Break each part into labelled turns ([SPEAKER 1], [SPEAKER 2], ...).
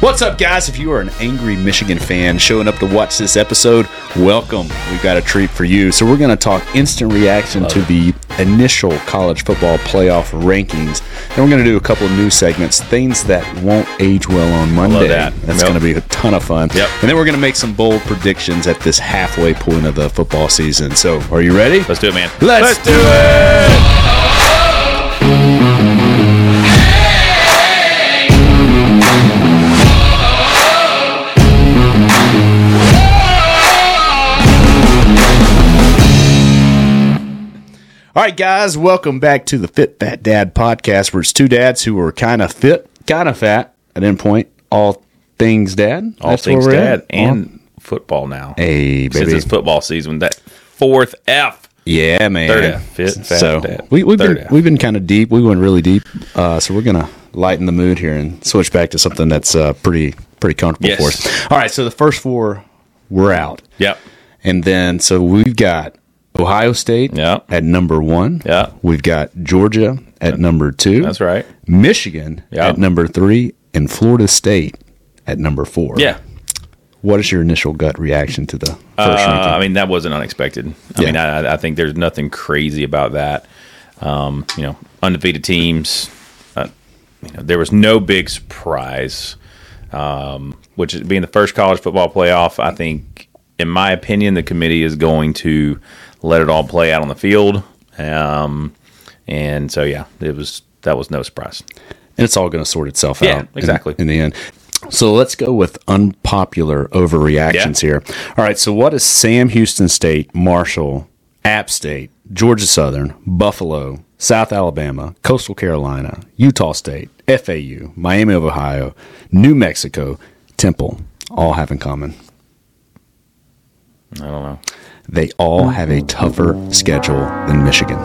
[SPEAKER 1] What's up, guys? If you are an angry Michigan fan showing up to watch this episode, welcome. We've got a treat for you. So, we're going to talk instant reaction to the initial college football playoff rankings. Then, we're going to do a couple of new segments, things that won't age well on Monday.
[SPEAKER 2] that.
[SPEAKER 1] That's
[SPEAKER 2] Yep.
[SPEAKER 1] going to be a ton of fun.
[SPEAKER 2] Yep.
[SPEAKER 1] And then, we're going to make some bold predictions at this halfway point of the football season. So, are you ready?
[SPEAKER 2] Let's do it, man.
[SPEAKER 1] Let's
[SPEAKER 2] do it.
[SPEAKER 1] All right, guys, welcome back to the Fit Fat Dad podcast, where it's two dads who are kind of fit, kind of fat at end point. All things dad,
[SPEAKER 2] All
[SPEAKER 1] That's
[SPEAKER 2] things
[SPEAKER 1] where we're
[SPEAKER 2] dad
[SPEAKER 1] at.
[SPEAKER 2] and football now.
[SPEAKER 1] hey
[SPEAKER 2] Since
[SPEAKER 1] baby,
[SPEAKER 2] it's football season, that fourth F.
[SPEAKER 1] yeah, man.
[SPEAKER 2] Third F, Fit Fat
[SPEAKER 1] so
[SPEAKER 2] Dad.
[SPEAKER 1] we, we've
[SPEAKER 2] Third
[SPEAKER 1] been
[SPEAKER 2] F.
[SPEAKER 1] we've been kind of deep. We went really deep, uh, so we're gonna lighten the mood here and switch back to something that's uh, pretty pretty comfortable
[SPEAKER 2] Yes.
[SPEAKER 1] for us. All right, so the first four were out,
[SPEAKER 2] Yep.
[SPEAKER 1] and then so we've got Ohio State
[SPEAKER 2] Yeah.
[SPEAKER 1] at number one.
[SPEAKER 2] Yeah.
[SPEAKER 1] we've got Georgia at number two.
[SPEAKER 2] That's right.
[SPEAKER 1] Michigan
[SPEAKER 2] Yeah.
[SPEAKER 1] at number three, and Florida State at number four.
[SPEAKER 2] Yeah.
[SPEAKER 1] What is your initial gut reaction to the first
[SPEAKER 2] Uh, I
[SPEAKER 1] ranking?
[SPEAKER 2] mean, that wasn't unexpected. I
[SPEAKER 1] Yeah.
[SPEAKER 2] mean, I, I- I think there's nothing crazy about that. Um, you know, undefeated teams. Uh, you know, there was no big surprise. Um, which is being the first college football playoff, I think, in my opinion, the committee is going to let it all play out on the field. Um, and so, yeah, it was that was no surprise.
[SPEAKER 1] And it's all going to sort itself
[SPEAKER 2] Yeah,
[SPEAKER 1] out. in-
[SPEAKER 2] exactly.
[SPEAKER 1] In, the end. So let's go with unpopular overreactions here. All right. So what is Sam Houston State, Marshall, App State, Georgia Southern, Buffalo, South Alabama, Coastal Carolina, Utah State, FAU, Miami of Ohio, New Mexico, Temple all have in common?
[SPEAKER 2] I don't know.
[SPEAKER 1] they all have a tougher schedule than Michigan.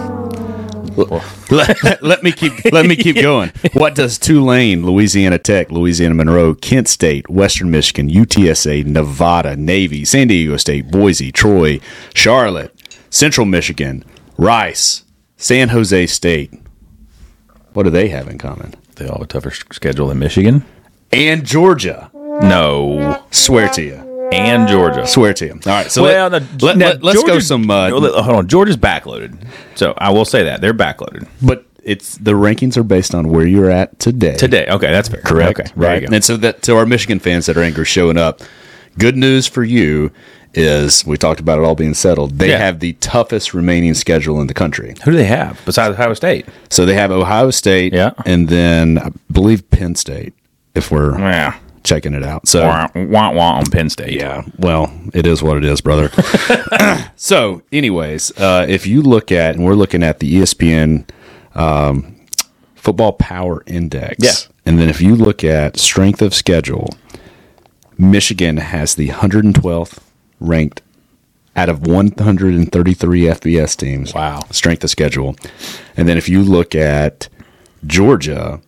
[SPEAKER 1] let, let me keep let me keep going. What does Tulane, Louisiana Tech, Louisiana Monroe, Kent State, Western Michigan, UTSA, Nevada, Navy, San Diego State, Boise, Troy, Charlotte, Central Michigan, Rice, San Jose State? What do they have in common?
[SPEAKER 2] They all have a tougher s- schedule than Michigan.
[SPEAKER 1] And Georgia.
[SPEAKER 2] No,
[SPEAKER 1] Swear to you.
[SPEAKER 2] and Georgia.
[SPEAKER 1] Swear to you. All right. So
[SPEAKER 2] well,
[SPEAKER 1] let,
[SPEAKER 2] no, now,
[SPEAKER 1] us go
[SPEAKER 2] Georgia-
[SPEAKER 1] some uh,
[SPEAKER 2] no, let- hold on, Georgia's backloaded, so I will say that they're backloaded
[SPEAKER 1] But it's the rankings are based on where you're at today.
[SPEAKER 2] today. Okay, that's fair.
[SPEAKER 1] correct?
[SPEAKER 2] Okay, there
[SPEAKER 1] right.
[SPEAKER 2] you go.
[SPEAKER 1] And so that to our Michigan fans that are angry showing up, good news for you is we talked about it all being settled. They
[SPEAKER 2] Yeah.
[SPEAKER 1] have the toughest remaining schedule in the country.
[SPEAKER 2] Who do they have besides Ohio State?
[SPEAKER 1] So they have Ohio State,
[SPEAKER 2] Yeah.
[SPEAKER 1] and then I believe Penn State, if we're
[SPEAKER 2] Yeah,
[SPEAKER 1] checking it out. So
[SPEAKER 2] wah, wah, wah on Penn State.
[SPEAKER 1] yeah, well, it is what it is, brother. so, anyways, uh, if you look at, and we're looking at the ESPN um, Football Power Index.
[SPEAKER 2] Yeah.
[SPEAKER 1] And then if you look at strength of schedule, Michigan has the 112th ranked out of 133 FBS teams.
[SPEAKER 2] Wow.
[SPEAKER 1] Strength of schedule. And then if you look at Georgia,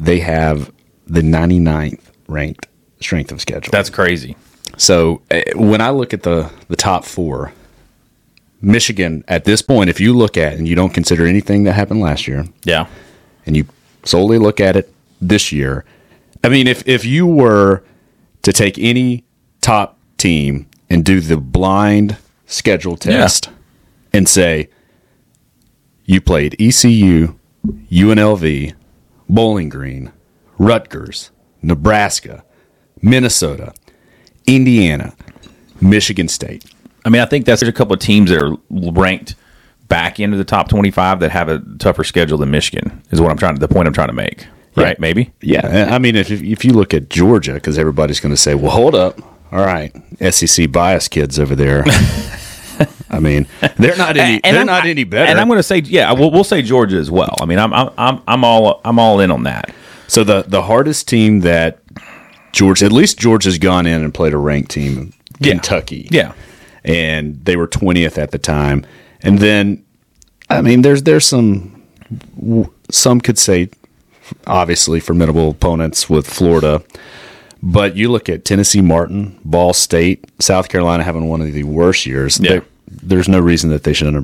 [SPEAKER 1] they have the 99th ranked strength of schedule.
[SPEAKER 2] that's crazy.
[SPEAKER 1] So eh, when I look at the the top four, Michigan at this point, if you look at and you don't consider anything that happened last year,
[SPEAKER 2] Yeah,
[SPEAKER 1] and you solely look at it this year, I mean, if if you were to take any top team and do the blind schedule test and say you played E ECU, UNLV, Bowling Green, Rutgers, Nebraska, Minnesota, Indiana, Michigan State.
[SPEAKER 2] I mean, I think that's there's a couple of teams that are ranked back into the top twenty-five that have a tougher schedule than Michigan. Is what I'm trying. The point I'm trying to make.
[SPEAKER 1] Yeah.
[SPEAKER 2] Right? Maybe.
[SPEAKER 1] Yeah, I mean, if if you look at Georgia, because everybody's going to say, "Well, hold up, all right, SEC bias kids over there." I mean, they're not any.
[SPEAKER 2] and
[SPEAKER 1] they're
[SPEAKER 2] I'm-
[SPEAKER 1] not any better.
[SPEAKER 2] And I'm going to say, yeah, we'll, we'll say Georgia as well. I mean, I'm, I'm, I'm, I'm all, I'm all in on that.
[SPEAKER 1] so the the hardest team that Georgia, at least Georgia's gone in and played a ranked team,
[SPEAKER 2] Yeah.
[SPEAKER 1] Kentucky.
[SPEAKER 2] Yeah,
[SPEAKER 1] and they were 20th at the time. And then, I mean, there's there's some some could say obviously formidable opponents with Florida, but you look at Tennessee, Martin, Ball State, South Carolina having one of the worst years.
[SPEAKER 2] Yeah.
[SPEAKER 1] There- there's no reason that they should under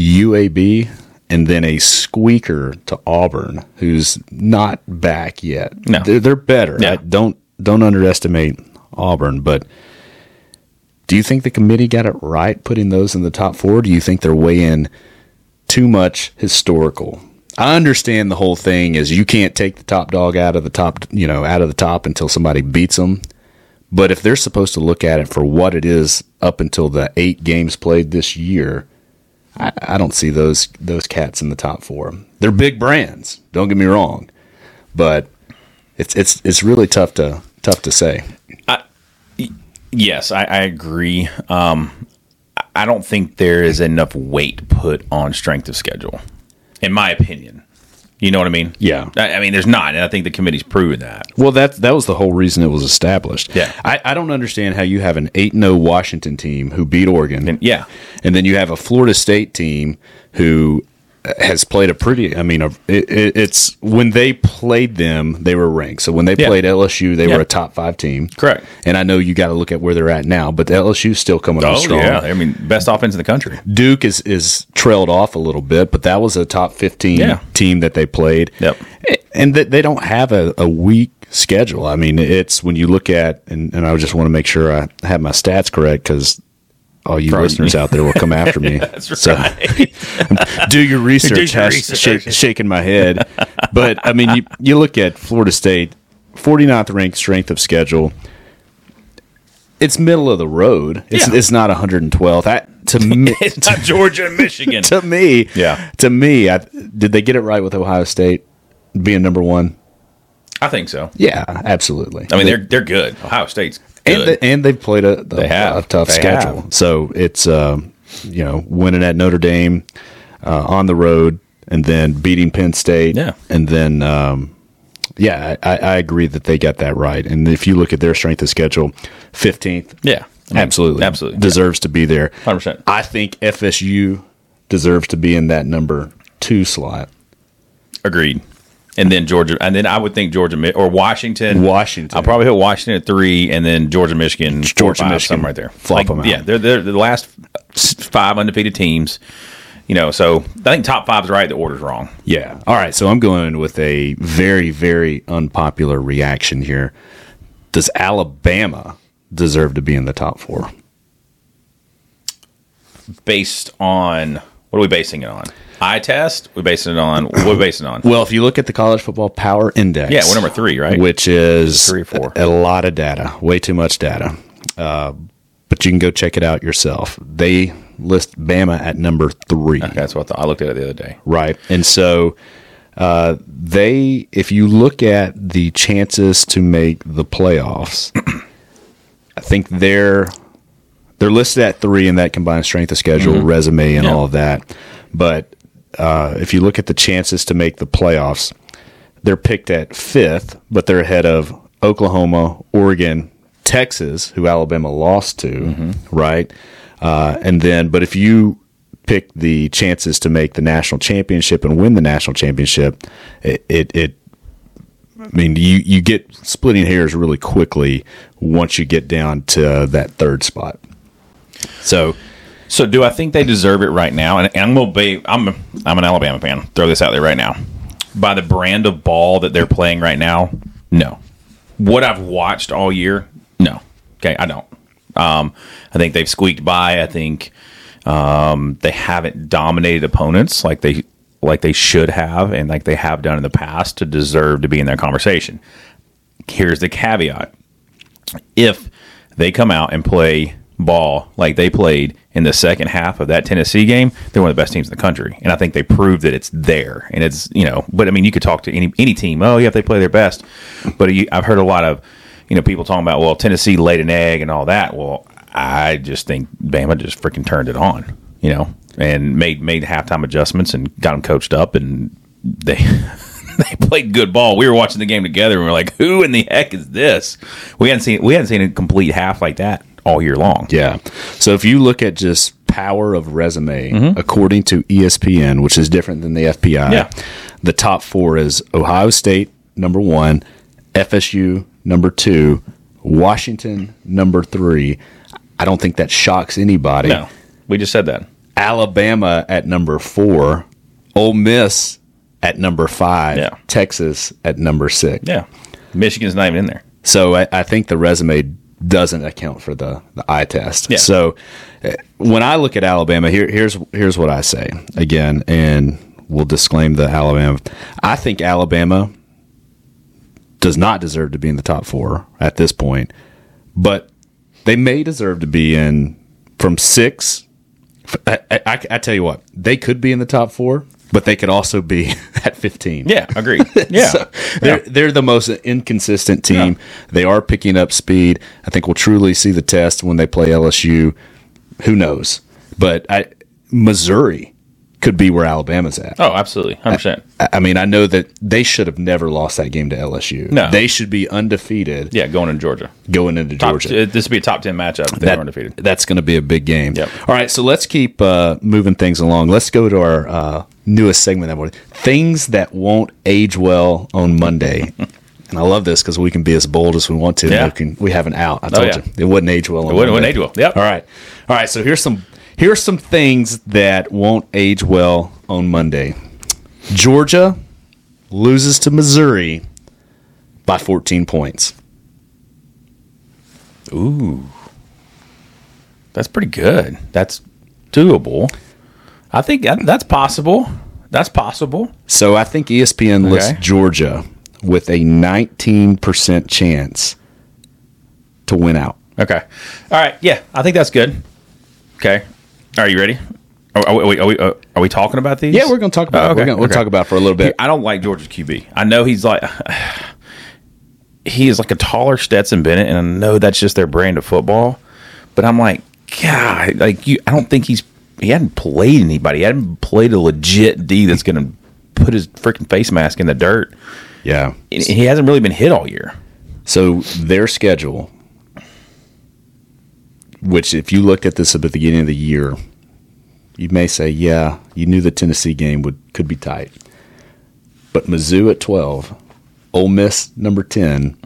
[SPEAKER 1] UAB. And then a squeaker to Auburn, who's not back yet.
[SPEAKER 2] No.
[SPEAKER 1] They're, they're better.
[SPEAKER 2] Yeah.
[SPEAKER 1] I don't don't underestimate Auburn, but do you think the committee got it right putting those in the top four? Do you think they're weighing too much historical? I understand the whole thing is you can't take the top dog out of the top, you know, out of the top until somebody beats them. But if they're supposed to look at it for what it is up until the eight games played this year, I, I don't see those those cats in the top four. They're big brands. Don't get me wrong, but it's it's it's really tough to tough to say.
[SPEAKER 2] Yes, I, I agree. Um, I- I don't think there is enough weight put on strength of schedule, in my opinion. You know what I mean?
[SPEAKER 1] Yeah.
[SPEAKER 2] I, I mean, there's not, and I think the committee's proven that.
[SPEAKER 1] Well, that that was the whole reason it was established.
[SPEAKER 2] Yeah.
[SPEAKER 1] I, I don't understand how you have an eight 0 Washington team who beat Oregon,
[SPEAKER 2] And yeah,
[SPEAKER 1] and then you have a Florida State team who uh, has played a pretty. I mean, a, it, it, it's when they played them, they were ranked. So when they
[SPEAKER 2] Yeah.
[SPEAKER 1] played LSU, they
[SPEAKER 2] Yeah.
[SPEAKER 1] were a top five team.
[SPEAKER 2] Correct.
[SPEAKER 1] And I know you got to look at where they're at now, but the LSU's still coming on strong.
[SPEAKER 2] I mean, best offense in the country.
[SPEAKER 1] Duke is is trailed off a little bit, but that was a top fifteen
[SPEAKER 2] Yeah.
[SPEAKER 1] team that they played.
[SPEAKER 2] Yep.
[SPEAKER 1] and that they don't have a, a weak schedule. I mean, it's when you look at and, and I just want to make sure I have my stats correct because all you listeners out there will come after me. That's do your research.
[SPEAKER 2] Do your
[SPEAKER 1] hash-
[SPEAKER 2] research.
[SPEAKER 1] shake- shaking my head, but I mean, you you look at Florida State, 49th ranked strength of schedule it's middle of the road. It's
[SPEAKER 2] Yeah.
[SPEAKER 1] it's not 112th. I, to me,
[SPEAKER 2] It's not Georgia and Michigan.
[SPEAKER 1] to me,
[SPEAKER 2] Yeah.
[SPEAKER 1] to me, I, did they get it right with Ohio State being number one?
[SPEAKER 2] I think so.
[SPEAKER 1] Yeah, absolutely.
[SPEAKER 2] I mean, they're they're good. Ohio State's
[SPEAKER 1] and
[SPEAKER 2] good.
[SPEAKER 1] they, and they've played a, a-
[SPEAKER 2] They have.
[SPEAKER 1] a tough
[SPEAKER 2] They
[SPEAKER 1] schedule. So it's um, you know winning at Notre Dame uh, on the road and then beating Penn State.
[SPEAKER 2] Yeah.
[SPEAKER 1] and then um, yeah, I, I I agree that they got that right. And if you look at their strength of schedule, fifteenth.
[SPEAKER 2] yeah, I mean,
[SPEAKER 1] absolutely,
[SPEAKER 2] absolutely.
[SPEAKER 1] deserves to be there.
[SPEAKER 2] 100%.
[SPEAKER 1] I think FSU deserves to be in that number two slot.
[SPEAKER 2] Agreed. And then Georgia, and then I would think Georgia Mi- or Washington.
[SPEAKER 1] Washington.
[SPEAKER 2] I'll probably hit Washington at three, and then Georgia, Michigan, four,
[SPEAKER 1] Georgia,
[SPEAKER 2] five,
[SPEAKER 1] Michigan.
[SPEAKER 2] something right there.
[SPEAKER 1] Flop 'em out.
[SPEAKER 2] Yeah, they're, they're the last five undefeated teams. You know, so I think top five's right. The order's wrong.
[SPEAKER 1] Yeah. All right. So I'm going with a very, very unpopular reaction here. Does Alabama deserve to be in the top four?
[SPEAKER 2] Based on what are we basing it on? Eye test. We're basing it on what are we basing it on?
[SPEAKER 1] Well, if you look at the College Football Power Index,
[SPEAKER 2] Yeah, we're number three, right?
[SPEAKER 1] Which is
[SPEAKER 2] Three or four.
[SPEAKER 1] A, a lot of data, way too much data. Uh, but you can go check it out yourself. They list Bama at number three.
[SPEAKER 2] Okay, that's what I, thought. I looked at it the other day.
[SPEAKER 1] Right. And so uh, they, if you look at the chances to make the playoffs, I think they're they're listed at three in that combined strength of schedule, resume, and
[SPEAKER 2] Yeah.
[SPEAKER 1] all of that. But uh, if you look at the chances to make the playoffs, they're picked at fifth, but they're ahead of Oklahoma, Oregon, Texas, who Alabama lost to, right? Uh, and then, but if you pick the chances to make the national championship and win the national championship, it, it, it I mean, you, you get splitting hairs really quickly once you get down to that third spot. So,
[SPEAKER 2] So do I think they deserve it right now? And, and I'm gonna be I'm I'm an Alabama fan. Throw this out there right now. By the brand of ball that they're playing right now, no. What I've watched all year, no. Okay, I don't. Um, I think they've squeaked by. I think um, they haven't dominated opponents like they like they should have and like they have done in the past to deserve to be in that conversation. Here's the caveat if they come out and play ball like they played in the second half of that Tennessee game, they're one of the best teams in the country. And I think they proved that it's there. And it's, you know, but I mean, you could talk to any, any team. Oh, yeah, if they play their best. But you, I've heard a lot of, you know, people talking about, well, Tennessee laid an egg and all that. Well, I just think Bama just freaking turned it on, you know, and made, made halftime adjustments and got them coached up and they, they played good ball. We were watching the game together, and we are like, "Who in the heck is this?" We hadn't seen we hadn't seen a complete half like that all year long.
[SPEAKER 1] Yeah. So if you look at just power of resume, according to E ESPN, which is different than the FPI,
[SPEAKER 2] Mm-hmm. Yeah.
[SPEAKER 1] the top four is Ohio State number one, FSU number two, Washington number three. I don't think that shocks anybody.
[SPEAKER 2] No, we just said that.
[SPEAKER 1] Alabama at number four, Ole Miss at number five,
[SPEAKER 2] Yeah.
[SPEAKER 1] Texas at number six.
[SPEAKER 2] Yeah, Michigan's not even in there.
[SPEAKER 1] So I, I think the resume doesn't account for the, the eye test.
[SPEAKER 2] Yeah.
[SPEAKER 1] So uh, when I look at Alabama, here, here's here's what I say again, and we'll disclaim the Alabama. I think Alabama does not deserve to be in the top four at this point, but they may deserve to be in from six. I, I- I- I tell you what, they could be in the top four, but they could also be at 15.
[SPEAKER 2] Yeah, agreed. Yeah.
[SPEAKER 1] So they're, they're the most inconsistent team. They are picking up speed. I think we'll truly see the test when they play LSU. Who knows? But I, Missouri could be where Alabama's at.
[SPEAKER 2] oh, absolutely. 100%.
[SPEAKER 1] I I mean, I know that they should have never lost that game to LSU.
[SPEAKER 2] No.
[SPEAKER 1] They should be undefeted
[SPEAKER 2] Yeah, going to Georgia.
[SPEAKER 1] going into
[SPEAKER 2] Top-
[SPEAKER 1] Georgia.
[SPEAKER 2] uh, This would be a top 10 matchup if they
[SPEAKER 1] That-
[SPEAKER 2] were undefeated.
[SPEAKER 1] That's going to be a big game.
[SPEAKER 2] Yep.
[SPEAKER 1] All right, so let's keep uh, moving things along. Let's go to our uh, newest segment that we're things that won't age well on Monday. and I love this because we can be as bold as we want to.
[SPEAKER 2] Yeah. Oh,
[SPEAKER 1] We, can, we have an out. I told
[SPEAKER 2] yeah.
[SPEAKER 1] you it wouldn't age well. On it
[SPEAKER 2] wouldn't- wouldn't age well. Yep.
[SPEAKER 1] All right. All right. So here's some here's some things that won't age well on Monday. Georgia loses to Missouri by 14 points.
[SPEAKER 2] Ooh. That's pretty good. That's doable. I think that- that's possible. That's possible.
[SPEAKER 1] So I think E ESPN lists
[SPEAKER 2] Okay.
[SPEAKER 1] Georgia with a 19% chance to win out.
[SPEAKER 2] Okay. All right. Yeah, I think that's good. Okay. Are you ready? Are, are we, are, we, uh, are we talking about these?
[SPEAKER 1] Yeah, we're going to talk about
[SPEAKER 2] Oh,
[SPEAKER 1] it. We're
[SPEAKER 2] okay,
[SPEAKER 1] gonna, We'll
[SPEAKER 2] okay.
[SPEAKER 1] talk about it for a little bit.
[SPEAKER 2] I don't like Georgia's QB. I know he's like he is like a taller Stetson Bennett, and I know that's just their brand of football. But I'm like, God, like you, I don't think he's he hadn't played anybody. He hadn't played a legit D that's going to put his freaking face mask in the dirt.
[SPEAKER 1] Yeah.
[SPEAKER 2] And he hasn't really been hit all year.
[SPEAKER 1] So their schedule, which if you looked at this at the beginning of the year, you may say, yeah, you knew the Tennessee game would could be tight. But Mizzou at 12, Ole Miss number 10,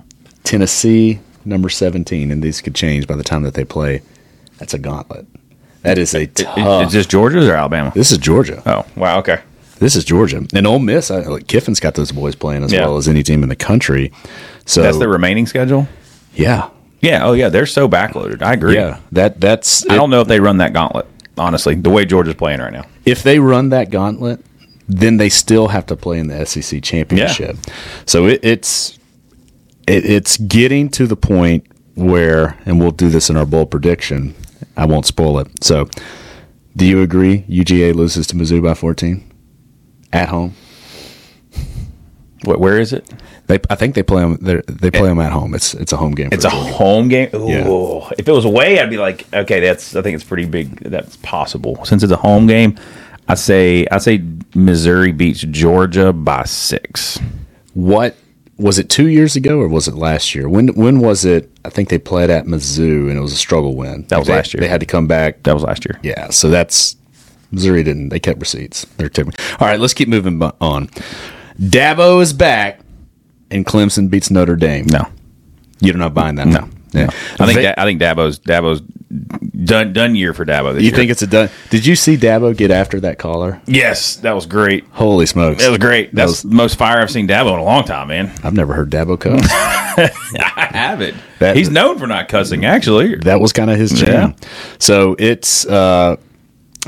[SPEAKER 1] Tennessee number 17, and these could change by the time that they play. That's a gauntlet. That is a tough.
[SPEAKER 2] Is this Georgia's or Alabama?
[SPEAKER 1] this is Georgia.
[SPEAKER 2] Oh wow, okay.
[SPEAKER 1] This is Georgia. And Ole Miss, I, like, Kiffin's got those boys playing as
[SPEAKER 2] Yeah.
[SPEAKER 1] well as any team in the country. So,
[SPEAKER 2] That's the remaining schedule.
[SPEAKER 1] yeah.
[SPEAKER 2] Yeah. Oh yeah, they're so backloaded. I agree.
[SPEAKER 1] Yeah, that that's
[SPEAKER 2] I don't know if they run that gauntlet. Honestly, the way Georgia's playing right now.
[SPEAKER 1] if they run that gauntlet, then they still have to play in the SEC championship. So it, it's it, it's getting to the point where, and we'll do this in our bold prediction. I won't spoil it. So, do you agree? UGA loses to Mizzou by fourteen at home.
[SPEAKER 2] What, where is it?
[SPEAKER 1] They, I think they play them. They play them at home. It's it's a home game. For
[SPEAKER 2] It's a
[SPEAKER 1] Georgia.
[SPEAKER 2] home game. Ooh.
[SPEAKER 1] Yeah.
[SPEAKER 2] If it was away, I'd be like, okay, that's. I think it's pretty big. That's possible since it's a home game. I say, I say Missouri beats Georgia by six.
[SPEAKER 1] what was it two years ago or was it last year? When when was it? I think they played at Mizzou and it was a struggle win.
[SPEAKER 2] That was
[SPEAKER 1] They-
[SPEAKER 2] last year.
[SPEAKER 1] They had to come back.
[SPEAKER 2] That was last year.
[SPEAKER 1] Yeah, so that's Missouri didn't. They kept receipts. They're typical. All right, let's keep moving bu- on. Dabo is back, and Clemson beats Notre Dame.
[SPEAKER 2] No,
[SPEAKER 1] You're not buying that.
[SPEAKER 2] no,
[SPEAKER 1] Yeah.
[SPEAKER 2] no. I think
[SPEAKER 1] They-
[SPEAKER 2] da- I think Dabo's Dabo's done done year for Dabo. This
[SPEAKER 1] you
[SPEAKER 2] year.
[SPEAKER 1] think it's a done. Did you see Dabo get after that caller?
[SPEAKER 2] Yes, that was great.
[SPEAKER 1] Holy smokes!
[SPEAKER 2] That was great. That's
[SPEAKER 1] That
[SPEAKER 2] the most fire I've seen Dabo in a long time, man.
[SPEAKER 1] I've never heard Dabo cuss.
[SPEAKER 2] I have it.
[SPEAKER 1] That-
[SPEAKER 2] He's known for not cussing, actually.
[SPEAKER 1] that was kind of his jam. So it's uh,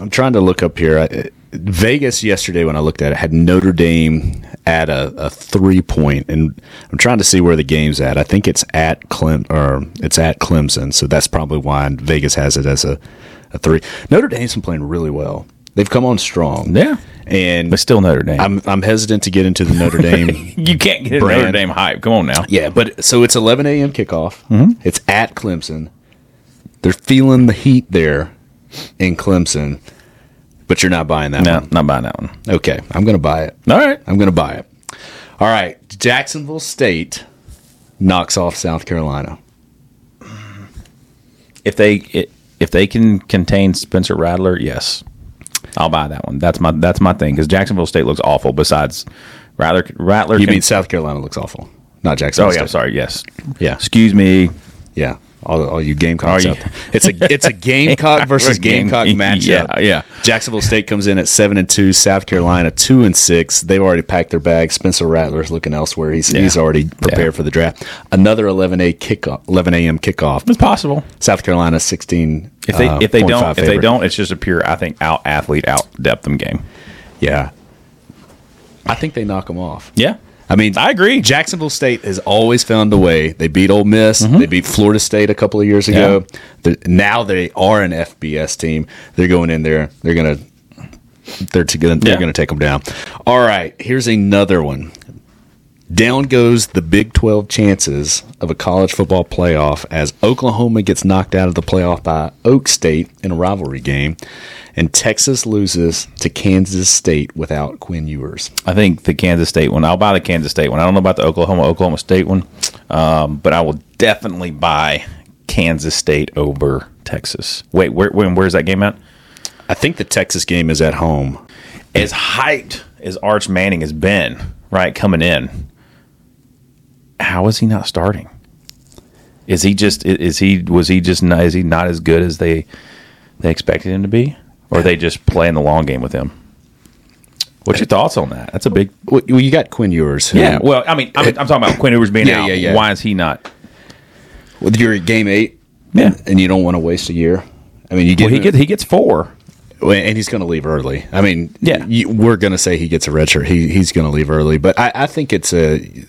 [SPEAKER 1] I'm trying to look up here. I, Vegas yesterday when I looked at it had Notre Dame at a, a three point, and I'm trying to see where the game's at. I think it's at Clem or it's at Clemson, so that's probably why Vegas has it as a, a three. Notre Dame's been playing really well. They've come on strong.
[SPEAKER 2] Yeah.
[SPEAKER 1] and
[SPEAKER 2] But still Notre Dame.
[SPEAKER 1] I'm I'm hesitant to get into the Notre Dame
[SPEAKER 2] you can't get
[SPEAKER 1] Brand.
[SPEAKER 2] Notre Dame hype. Come on now.
[SPEAKER 1] yeah, but so it's 11 a.m. kickoff.
[SPEAKER 2] Mm-hmm.
[SPEAKER 1] It's at Clemson. They're feeling the heat there in Clemson, but you're not buying that
[SPEAKER 2] No,
[SPEAKER 1] one.
[SPEAKER 2] not buying that one.
[SPEAKER 1] Okay, I'm going to buy it.
[SPEAKER 2] All right.
[SPEAKER 1] I'm going to buy it. All right, Jacksonville State knocks off South Carolina.
[SPEAKER 2] If they it, if they can contain Spencer Rattler, yes, I'll buy that one. That's my that's my thing because Jacksonville State looks awful. Besides, Rattler Rattler.
[SPEAKER 1] You
[SPEAKER 2] can-
[SPEAKER 1] mean South Carolina looks awful, not
[SPEAKER 2] Oh
[SPEAKER 1] Jacksonville
[SPEAKER 2] yeah, I'm
[SPEAKER 1] State.
[SPEAKER 2] sorry. Yes.
[SPEAKER 1] Yeah.
[SPEAKER 2] Excuse me.
[SPEAKER 1] Yeah. all, all you Gamecocks
[SPEAKER 2] All you-
[SPEAKER 1] out there. It's a it's a Gamecock versus
[SPEAKER 2] Game-
[SPEAKER 1] Gamecock matchup.
[SPEAKER 2] Yeah, yeah.
[SPEAKER 1] Jacksonville State comes in at seven and two. South Carolina two and six. They've already packed their bags. Spencer Rattler's looking elsewhere. He's he's already prepared for the draft. Another eleven a kickoff, eleven a.m. kickoff.
[SPEAKER 2] It's possible.
[SPEAKER 1] South Carolina sixteen.
[SPEAKER 2] If they
[SPEAKER 1] uh,
[SPEAKER 2] if they
[SPEAKER 1] point
[SPEAKER 2] don't
[SPEAKER 1] five
[SPEAKER 2] if they
[SPEAKER 1] favorite.
[SPEAKER 2] don't, it's just a pure I think out athlete out depth them game.
[SPEAKER 1] yeah, I think they knock them off.
[SPEAKER 2] Yeah,
[SPEAKER 1] I mean,
[SPEAKER 2] I agree.
[SPEAKER 1] Jacksonville State has always found a way. They beat Ole Miss. They beat Florida State a couple of years ago. The- now they are an FBS team. They're going in there. They're gonna they're to, they're
[SPEAKER 2] Yeah.
[SPEAKER 1] gonna take them down. All right. Here's another one. Down goes the Big 12 chances of a college football playoff as Oklahoma gets knocked out of the playoff by Oak State in a rivalry game, and Texas loses to Kansas State without Quinn Ewers.
[SPEAKER 2] I think the Kansas State one. I'll buy the Kansas State one. I don't know about the Oklahoma Oklahoma State one, um, but I will definitely buy Kansas State over Texas. Wait, where when where's that game at?
[SPEAKER 1] I think the Texas game is at home.
[SPEAKER 2] As hyped as Arch Manning has been, right coming in, how is he not starting? Is he just i- is he was he just not, is he not as good as they they expected him to be, or are they just playing the long game with him? What's your thoughts on that? That's a big
[SPEAKER 1] Well, well, you got Quinn Ewers. Who,
[SPEAKER 2] Yeah, well, I mean, I'm, I'm talking about Quinn Ewers being
[SPEAKER 1] Yeah,
[SPEAKER 2] out.
[SPEAKER 1] yeah, yeah.
[SPEAKER 2] Why is he not?
[SPEAKER 1] well, you're at game eight,
[SPEAKER 2] Yeah,
[SPEAKER 1] and you don't want to waste a year. I mean, you get,
[SPEAKER 2] well, he gets he gets four.
[SPEAKER 1] and he's going to leave early. I mean,
[SPEAKER 2] Yeah.
[SPEAKER 1] you, we're going to say he gets a red shirt. He he's going to leave early, but I, I think it's a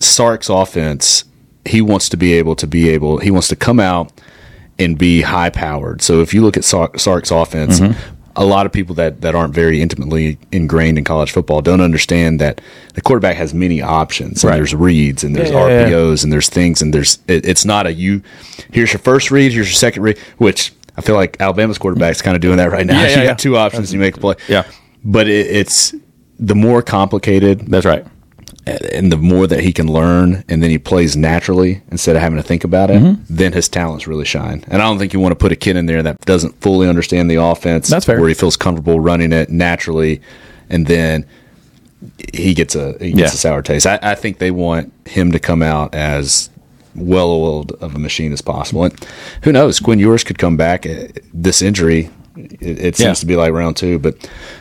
[SPEAKER 1] Sark's offense. He wants to be able to be able. He wants to come out and be high powered. So if you look at Sark, Sark's offense,
[SPEAKER 2] Mm-hmm.
[SPEAKER 1] a lot of people that that aren't very intimately ingrained in college football don't understand that the quarterback has many options. And There's reads and there's
[SPEAKER 2] Yeah, yeah, yeah.
[SPEAKER 1] RPOs and there's things and there's it, it's not a you. Here's your first read. Here's your second read. Which I feel like Alabama's quarterback's kind of doing that right now.
[SPEAKER 2] Yeah, yeah,
[SPEAKER 1] you
[SPEAKER 2] yeah.
[SPEAKER 1] got two options. You make a play.
[SPEAKER 2] Yeah.
[SPEAKER 1] But it, it's the more complicated
[SPEAKER 2] That's right.
[SPEAKER 1] and the more that he can learn and then he plays naturally instead of having to think about it,
[SPEAKER 2] Mm-hmm.
[SPEAKER 1] then his talents really shine. And I don't think you want to put a kid in there that doesn't fully understand the offense.
[SPEAKER 2] That's fair.
[SPEAKER 1] Where he feels comfortable running it naturally and then he gets a he gets
[SPEAKER 2] Yeah.
[SPEAKER 1] a sour taste. I, I think they want him to come out as well oiled of a machine as possible. And who knows? Quinn Ewers could come back. Uh, This injury, it, it seems to
[SPEAKER 2] Yeah.
[SPEAKER 1] be like round two, but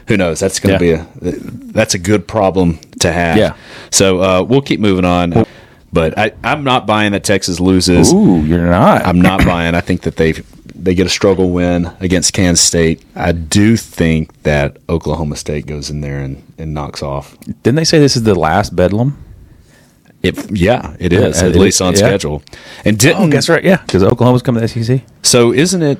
[SPEAKER 1] who knows? That's going to
[SPEAKER 2] Yeah.
[SPEAKER 1] be a that's a good problem to have.
[SPEAKER 2] Yeah.
[SPEAKER 1] So uh, we'll keep moving on, but I, I'm not buying that Texas loses.
[SPEAKER 2] Ooh, you're not.
[SPEAKER 1] I'm not buying. I think that they they get a struggle win against Kansas State. I do think that Oklahoma State goes in there and, and knocks off
[SPEAKER 2] Didn't they say this is the last Bedlam?
[SPEAKER 1] It, yeah, it is
[SPEAKER 2] Yeah,
[SPEAKER 1] at
[SPEAKER 2] it
[SPEAKER 1] least
[SPEAKER 2] is,
[SPEAKER 1] on
[SPEAKER 2] yeah. Oh,
[SPEAKER 1] schedule. And didn't
[SPEAKER 2] right. Yeah, because Oklahoma's coming to E the SEC.
[SPEAKER 1] so? Isn't it?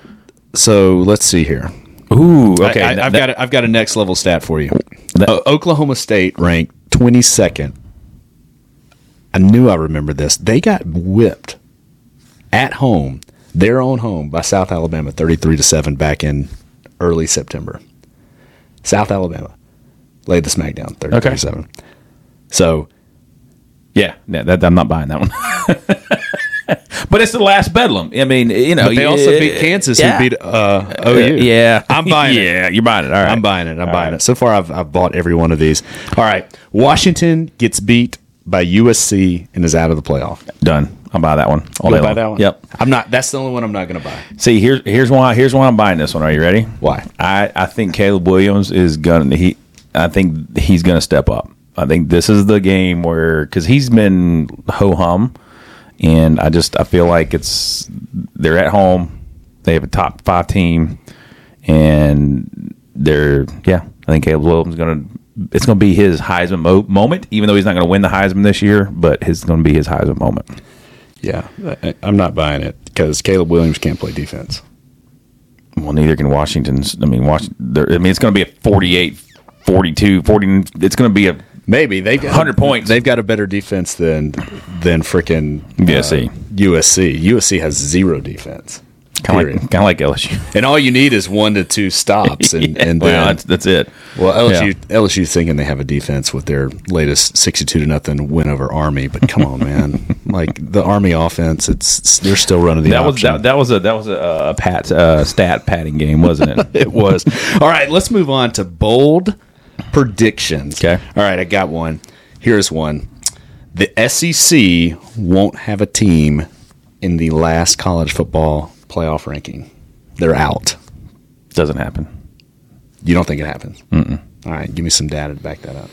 [SPEAKER 1] So let's see here.
[SPEAKER 2] Ooh,
[SPEAKER 1] Okay,
[SPEAKER 2] okay.
[SPEAKER 1] I, have got a, I've got a next level stat for you.
[SPEAKER 2] That-
[SPEAKER 1] O- Oklahoma State ranked twenty second. I knew I remembered this. They got whipped at home, their own home, by South Alabama, thirty three to seven, back in early September. South Alabama laid the smackdown, thirty three to seven. So
[SPEAKER 2] yeah. yeah that, I'm not buying that one. but it's the last Bedlam. I mean, you know,
[SPEAKER 1] But they also
[SPEAKER 2] yeah,
[SPEAKER 1] beat Kansas,
[SPEAKER 2] yeah.
[SPEAKER 1] who Oh, beat uh, OU.
[SPEAKER 2] Yeah,
[SPEAKER 1] I'm buying it.
[SPEAKER 2] Yeah, you're buying it. All right,
[SPEAKER 1] I'm buying it. I'm
[SPEAKER 2] All
[SPEAKER 1] buying it.
[SPEAKER 2] right.
[SPEAKER 1] So far, I've, I've bought every one of these. All right. Washington gets beat by USC and is out of the playoff.
[SPEAKER 2] Done. I'll buy that one. All day long. Yep.
[SPEAKER 1] I'm not. That's the only one I'm not going to buy.
[SPEAKER 2] See, here's here's why here's why I'm buying this one. Are you ready?
[SPEAKER 1] Why?
[SPEAKER 2] I I think Caleb Williams is gonna he I think he's gonna step up. I think this is the game where because he's been ho hum, and I just I feel like it's they're at home, they have a top five team, and they're yeah. I think Caleb Williams is gonna it's gonna be his Heisman mo- moment, even though he's not gonna win the Heisman this year, but it's gonna be his Heisman moment.
[SPEAKER 1] Yeah, I, I'm not buying it because Caleb Williams can't play defense.
[SPEAKER 2] Well, neither can Washington's. I mean, Washington. I mean, it's going to be a 48, 42, 40. It's going to be a
[SPEAKER 1] Maybe they
[SPEAKER 2] 100 points.
[SPEAKER 1] They've got a better defense than than uh, freaking
[SPEAKER 2] USC.
[SPEAKER 1] USC. USC has zero defense.
[SPEAKER 2] kind of
[SPEAKER 1] Period.
[SPEAKER 2] like, kind of like LSU.
[SPEAKER 1] And all you need is one to two stops, and, and
[SPEAKER 2] well,
[SPEAKER 1] then
[SPEAKER 2] that's, that's it.
[SPEAKER 1] Well,
[SPEAKER 2] Yeah.
[SPEAKER 1] LSU LSU thinking they have a defense with their latest sixty-two to nothing win over Army, but come on, man! Like the Army offense, it's, it's- they're still running the
[SPEAKER 2] That was
[SPEAKER 1] option.
[SPEAKER 2] that, that was a that was a, uh, pat uh, stat padding game, wasn't it?
[SPEAKER 1] it was. All right, let's move on to bold predictions.
[SPEAKER 2] Okay.
[SPEAKER 1] All right, I got E one. Here's one. The SEC won't have a team in the last college football playoff ranking. They're out.
[SPEAKER 2] Doesn't happen.
[SPEAKER 1] You don't think it happens? All right, give me some data to back that up.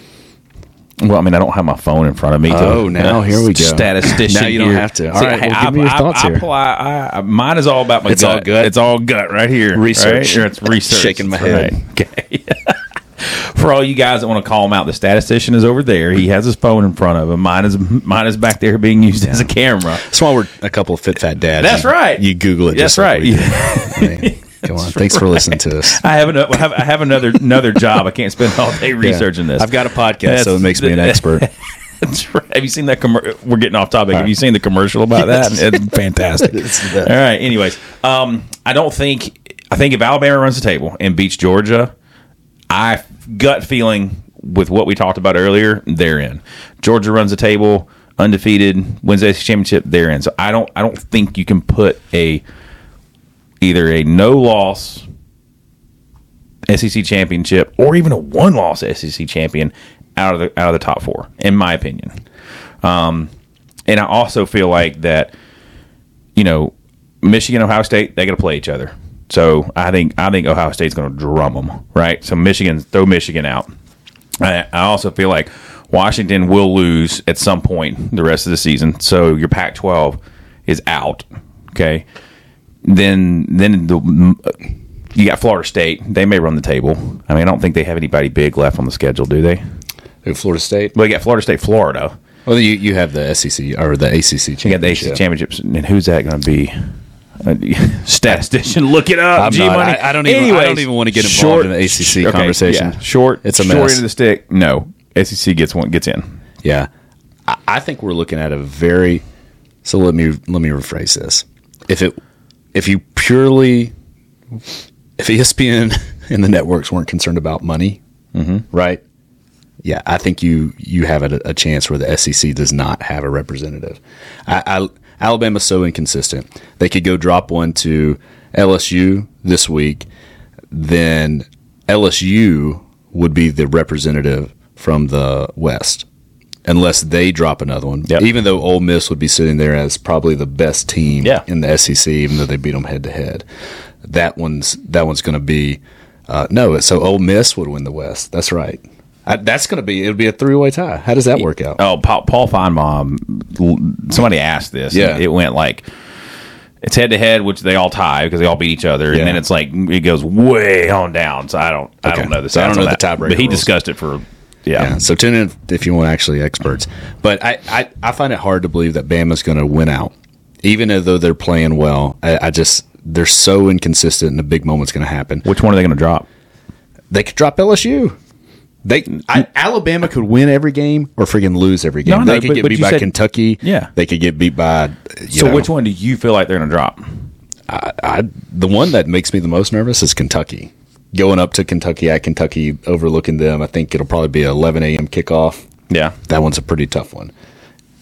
[SPEAKER 2] Well, I mean, I don't have my phone in front of me. to-
[SPEAKER 1] Oh, now here we go.
[SPEAKER 2] Statistician.
[SPEAKER 1] Now you don't
[SPEAKER 2] here.
[SPEAKER 1] have to. All right, well, give me your thoughts
[SPEAKER 2] I,
[SPEAKER 1] here.
[SPEAKER 2] apply- I- I- mine is all about my
[SPEAKER 1] It's
[SPEAKER 2] gut.
[SPEAKER 1] all gut?
[SPEAKER 2] It's all gut right here.
[SPEAKER 1] Research.
[SPEAKER 2] Right? Sure, it's research.
[SPEAKER 1] Shaking my
[SPEAKER 2] That's right. Okay. For all you guys that want to call him out, the statistician is over there. He has his phone in front of him. Mine is mine is back there being used as a camera.
[SPEAKER 1] That's why we're a couple of fit fat dads.
[SPEAKER 2] That's
[SPEAKER 1] You-
[SPEAKER 2] right.
[SPEAKER 1] You Google it.
[SPEAKER 2] That's
[SPEAKER 1] just like
[SPEAKER 2] right.
[SPEAKER 1] we do. I mean, Come on. Thanks for listening to us.
[SPEAKER 2] I have, an, I have I have another another job. I can't spend all day researching this.
[SPEAKER 1] I've got a podcast,
[SPEAKER 2] That's-
[SPEAKER 1] so it makes me an expert.
[SPEAKER 2] That's right. Have you seen that? Commer- We're getting off topic. Have you seen the commercial about that? It's fantastic.
[SPEAKER 1] It's the best.
[SPEAKER 2] All right. Anyways, um, I don't think. I think if Alabama runs the table and beats Georgia, I gut feeling with what we talked about earlier, they're in. Georgia runs the table, undefeated, wins the SEC championship, they're in. So I don't. I don't think you can put a either a no loss SEC championship or even a one loss SEC champion out of the out of the top four, in my opinion. Um, and I also feel like that, you know, Michigan, Ohio State, they got to play each other. So I think I think Ohio State's going to drum them, right? So Michigan, throw Michigan out. I, I also feel like Washington will lose at some point the rest of the season. So your Pac-12 is out. Okay, then then the you got Florida State. They may run the table. I mean, I don't think they have anybody big left on the schedule, do they?
[SPEAKER 1] Who, Florida State.
[SPEAKER 2] Well, you got Florida State, Florida.
[SPEAKER 1] Well, you, you have the SEC or the ACC.
[SPEAKER 2] You got the ACC championships, and who's that going to be? Uh, Statistician, look it up.
[SPEAKER 1] I'm
[SPEAKER 2] G
[SPEAKER 1] not-
[SPEAKER 2] money.
[SPEAKER 1] I- I don't even- I don't even wanna get involved in the ACC conversation.
[SPEAKER 2] Short,
[SPEAKER 1] It's a
[SPEAKER 2] short
[SPEAKER 1] mess.
[SPEAKER 2] end of the stick. No, SEC gets one gets in.
[SPEAKER 1] Yeah, I, I think we're looking at a very. So let me let me rephrase this. If it if you purely if E ESPN and the networks weren't concerned about money,
[SPEAKER 2] Mm-hmm.
[SPEAKER 1] right? Yeah, I think you you have a, a chance where the SEC does not have a representative. I, I, Alabama's so inconsistent; they could go drop one to LSU this week, then LSU would be the representative from the West, unless they drop another one.
[SPEAKER 2] Yep.
[SPEAKER 1] Even though Ole Miss would be sitting there as probably the best team
[SPEAKER 2] Yeah.
[SPEAKER 1] in the SEC, even though they beat them head to head. That one's that one's going to be uh, no. So Ole Miss would win the West. That's right. I, that's going to be it. Would be a three way tie. How does that work out?
[SPEAKER 2] Oh, Paul, Paul Feinbaum. l- Somebody asked this.
[SPEAKER 1] Yeah.
[SPEAKER 2] and it went like it's head to head, which they all tie because they all beat each other,
[SPEAKER 1] Yeah.
[SPEAKER 2] and then it's like it goes way on down. So I don't, I
[SPEAKER 1] Okay.
[SPEAKER 2] don't know the.
[SPEAKER 1] So I don't
[SPEAKER 2] stats
[SPEAKER 1] know
[SPEAKER 2] on
[SPEAKER 1] the
[SPEAKER 2] that.
[SPEAKER 1] tiebreaker
[SPEAKER 2] but he
[SPEAKER 1] rules.
[SPEAKER 2] discussed it for
[SPEAKER 1] Yeah.
[SPEAKER 2] yeah.
[SPEAKER 1] So tune in if you want actually experts. But I, I, I find it hard to believe that Bama's going to win out, even though they're playing well. I, I just they're so inconsistent, and a big moment's going to happen.
[SPEAKER 2] Which one are they going to drop?
[SPEAKER 1] They could drop LSU. They I, Alabama could win every game or freaking lose every game.
[SPEAKER 2] No, no,
[SPEAKER 1] they could
[SPEAKER 2] but-
[SPEAKER 1] get
[SPEAKER 2] but
[SPEAKER 1] beat
[SPEAKER 2] you
[SPEAKER 1] by
[SPEAKER 2] said-
[SPEAKER 1] Kentucky.
[SPEAKER 2] Yeah.
[SPEAKER 1] they could get beat by. You
[SPEAKER 2] so
[SPEAKER 1] know,
[SPEAKER 2] which one do you feel like they're going to drop?
[SPEAKER 1] I, the one that makes me the most nervous is Kentucky. Going up to Kentucky at Kentucky, overlooking them. I think it'll probably be an 11 a.m. kickoff.
[SPEAKER 2] Yeah.
[SPEAKER 1] That one's a pretty tough one.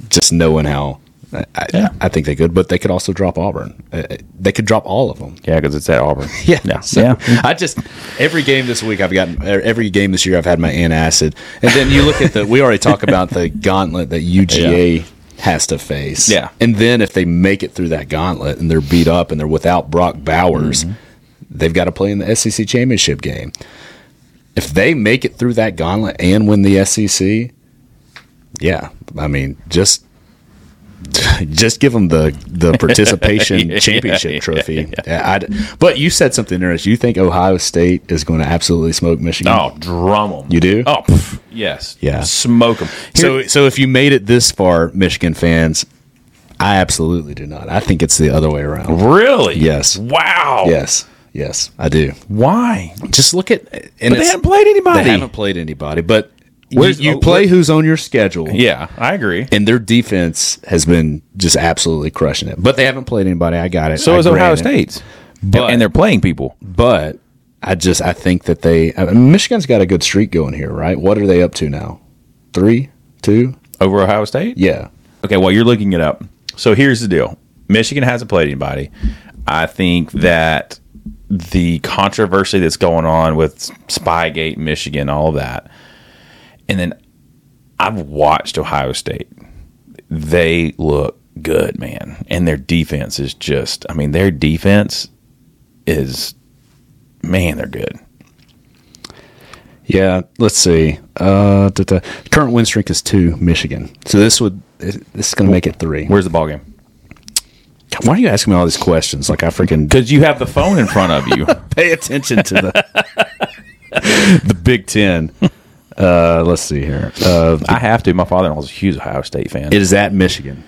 [SPEAKER 1] Just knowing how, I, I-
[SPEAKER 2] Yeah.
[SPEAKER 1] I think they could, but they could also drop Auburn. Uh, they could drop all of them.
[SPEAKER 2] Yeah, because it's at Auburn. yeah,
[SPEAKER 1] So,
[SPEAKER 2] yeah.
[SPEAKER 1] I just every game this week I've gotten er, every game this year I've had my antacid, and then you look at the. We already talk about the gauntlet that UGA has to face.
[SPEAKER 2] Yeah.
[SPEAKER 1] and then if they make it through that gauntlet and they're beat up and they're without Brock Bowers,
[SPEAKER 2] Mm-hmm.
[SPEAKER 1] they've got to play in the SEC championship game. If they make it through that gauntlet and win the E SEC, yeah, I mean just. Just give them the, the participation championship
[SPEAKER 2] yeah,
[SPEAKER 1] trophy. Yeah, I'd- but you said something interesting. You think Ohio State is going to absolutely smoke Michigan?
[SPEAKER 2] Oh, drum them.
[SPEAKER 1] You do?
[SPEAKER 2] Oh, pff, yes.
[SPEAKER 1] Yeah.
[SPEAKER 2] Smoke them.
[SPEAKER 1] So, so if you made it this far, Michigan fans, I absolutely do not. I think it's the other way around.
[SPEAKER 2] really?
[SPEAKER 1] Yes.
[SPEAKER 2] Wow.
[SPEAKER 1] Yes, yes, I do.
[SPEAKER 2] Why?
[SPEAKER 1] Just look at and
[SPEAKER 2] But they
[SPEAKER 1] it's-
[SPEAKER 2] haven't played anybody.
[SPEAKER 1] They haven't played anybody, but you,
[SPEAKER 2] Where's-
[SPEAKER 1] you
[SPEAKER 2] oh,
[SPEAKER 1] play
[SPEAKER 2] what-
[SPEAKER 1] who's on your schedule.
[SPEAKER 2] Yeah, I agree.
[SPEAKER 1] And their defense has been just absolutely crushing it. But they haven't played anybody. I got it.
[SPEAKER 2] So
[SPEAKER 1] I
[SPEAKER 2] is Ohio
[SPEAKER 1] grant it.
[SPEAKER 2] State's.
[SPEAKER 1] But-
[SPEAKER 2] and they're playing people.
[SPEAKER 1] but I just I think that they I mean, Michigan's got a good streak going here, right? What are they up to now? Three, two,
[SPEAKER 2] Over Ohio State?
[SPEAKER 1] yeah.
[SPEAKER 2] Okay, while you're looking it up, so here's the deal: Michigan hasn't played anybody. I think that the controversy that's going on with Spygate, Michigan, all of that, and then I've watched Ohio State. They look good, man. And their defense is just, I mean, their defense is, man, they're good.
[SPEAKER 1] Yeah, let's see. Uh, da, da. Current win streak is two. Michigan. So this would this is going to make it three.
[SPEAKER 2] Where's the ball game?
[SPEAKER 1] God, Why are you asking me all these questions? Like I freaking
[SPEAKER 2] Because you have the phone in front of you.
[SPEAKER 1] pay attention to the the Big Ten. Uh, let's see here. Uh,
[SPEAKER 2] I have to. My father in law's a huge Ohio State fan.
[SPEAKER 1] it is at Michigan.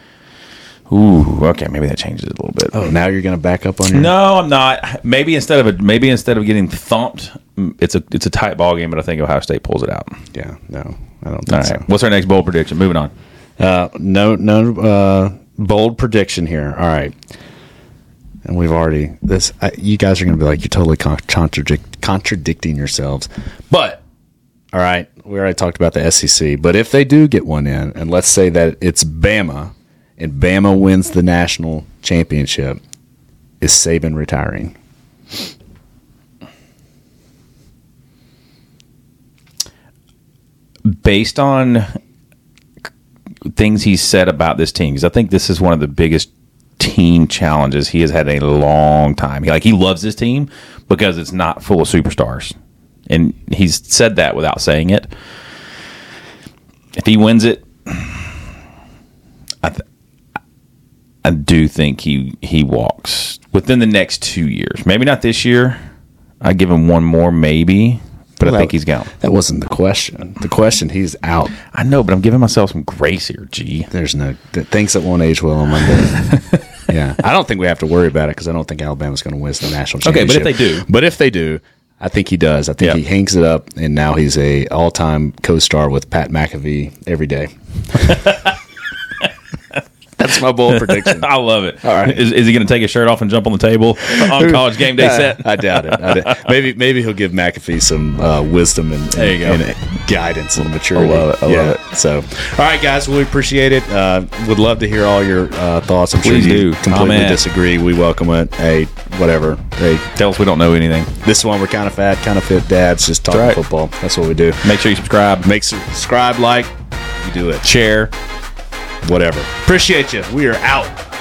[SPEAKER 2] Ooh, okay, maybe that changes it a little bit.
[SPEAKER 1] Oh, now you're going to back up on your.
[SPEAKER 2] No, I'm not. Maybe instead of a, maybe instead of getting thumped, mm, it's a it's a tight ball game, but I think Ohio State pulls it out.
[SPEAKER 1] Yeah, no, I don't
[SPEAKER 2] All
[SPEAKER 1] think
[SPEAKER 2] right.
[SPEAKER 1] so.
[SPEAKER 2] What's our next bowl prediction? Moving on.
[SPEAKER 1] Uh, no, no uh, bold prediction here. All right, and we've already this. I, you guys are going to be like you're totally con- contradict, contradicting yourselves. But all right, we already talked about the SEC. But if they do get one in, and let's say that it's Bama, and Bama wins the national championship, is Saban retiring?
[SPEAKER 2] based on things he's said about this team, because I think this is one of the biggest team challenges he has had in a long time. He, like he loves his team because it's not full of superstars, and he's said that without saying it. If he wins it, I, th- I do think he he walks within the next two years. Maybe not this year. I give him one more, maybe, but I
[SPEAKER 1] Well,
[SPEAKER 2] think he's gone.
[SPEAKER 1] That wasn't the question. The question he's out.
[SPEAKER 2] I know, but I'm giving myself some grace here. Gee,
[SPEAKER 1] There's no th- things that won't age well on Monday. yeah, I don't think we have to worry about it because I don't think Alabama's going to win the national championship.
[SPEAKER 2] Okay, but if they do.
[SPEAKER 1] but if they do, I think he does. I think
[SPEAKER 2] Yeah.
[SPEAKER 1] he hangs it up, and now he's a all-time co-star with Pat McAfee every day. That's my bold prediction.
[SPEAKER 2] I love it.
[SPEAKER 1] All right.
[SPEAKER 2] is, is he going to take his shirt off and jump on the table on college game day set?
[SPEAKER 1] I doubt it. I doubt- maybe maybe he'll give McAfee some uh, wisdom and, and,
[SPEAKER 2] There you go.
[SPEAKER 1] and guidance and maturity.
[SPEAKER 2] I love it. I love it.
[SPEAKER 1] So, all right, guys, we appreciate it. Uh, would love to hear all your uh, thoughts. I'm
[SPEAKER 2] Please
[SPEAKER 1] sure you
[SPEAKER 2] do.
[SPEAKER 1] completely
[SPEAKER 2] Comment.
[SPEAKER 1] disagree. We welcome it. Hey, whatever. Hey,
[SPEAKER 2] Tell us we don't know anything.
[SPEAKER 1] this one we're kind of fat, kind of fit dads, just talking
[SPEAKER 2] right.
[SPEAKER 1] football. That's what we do.
[SPEAKER 2] Make sure you subscribe,
[SPEAKER 1] Make subscribe, like, you do it.
[SPEAKER 2] share.
[SPEAKER 1] Whatever. Appreciate you. We are out.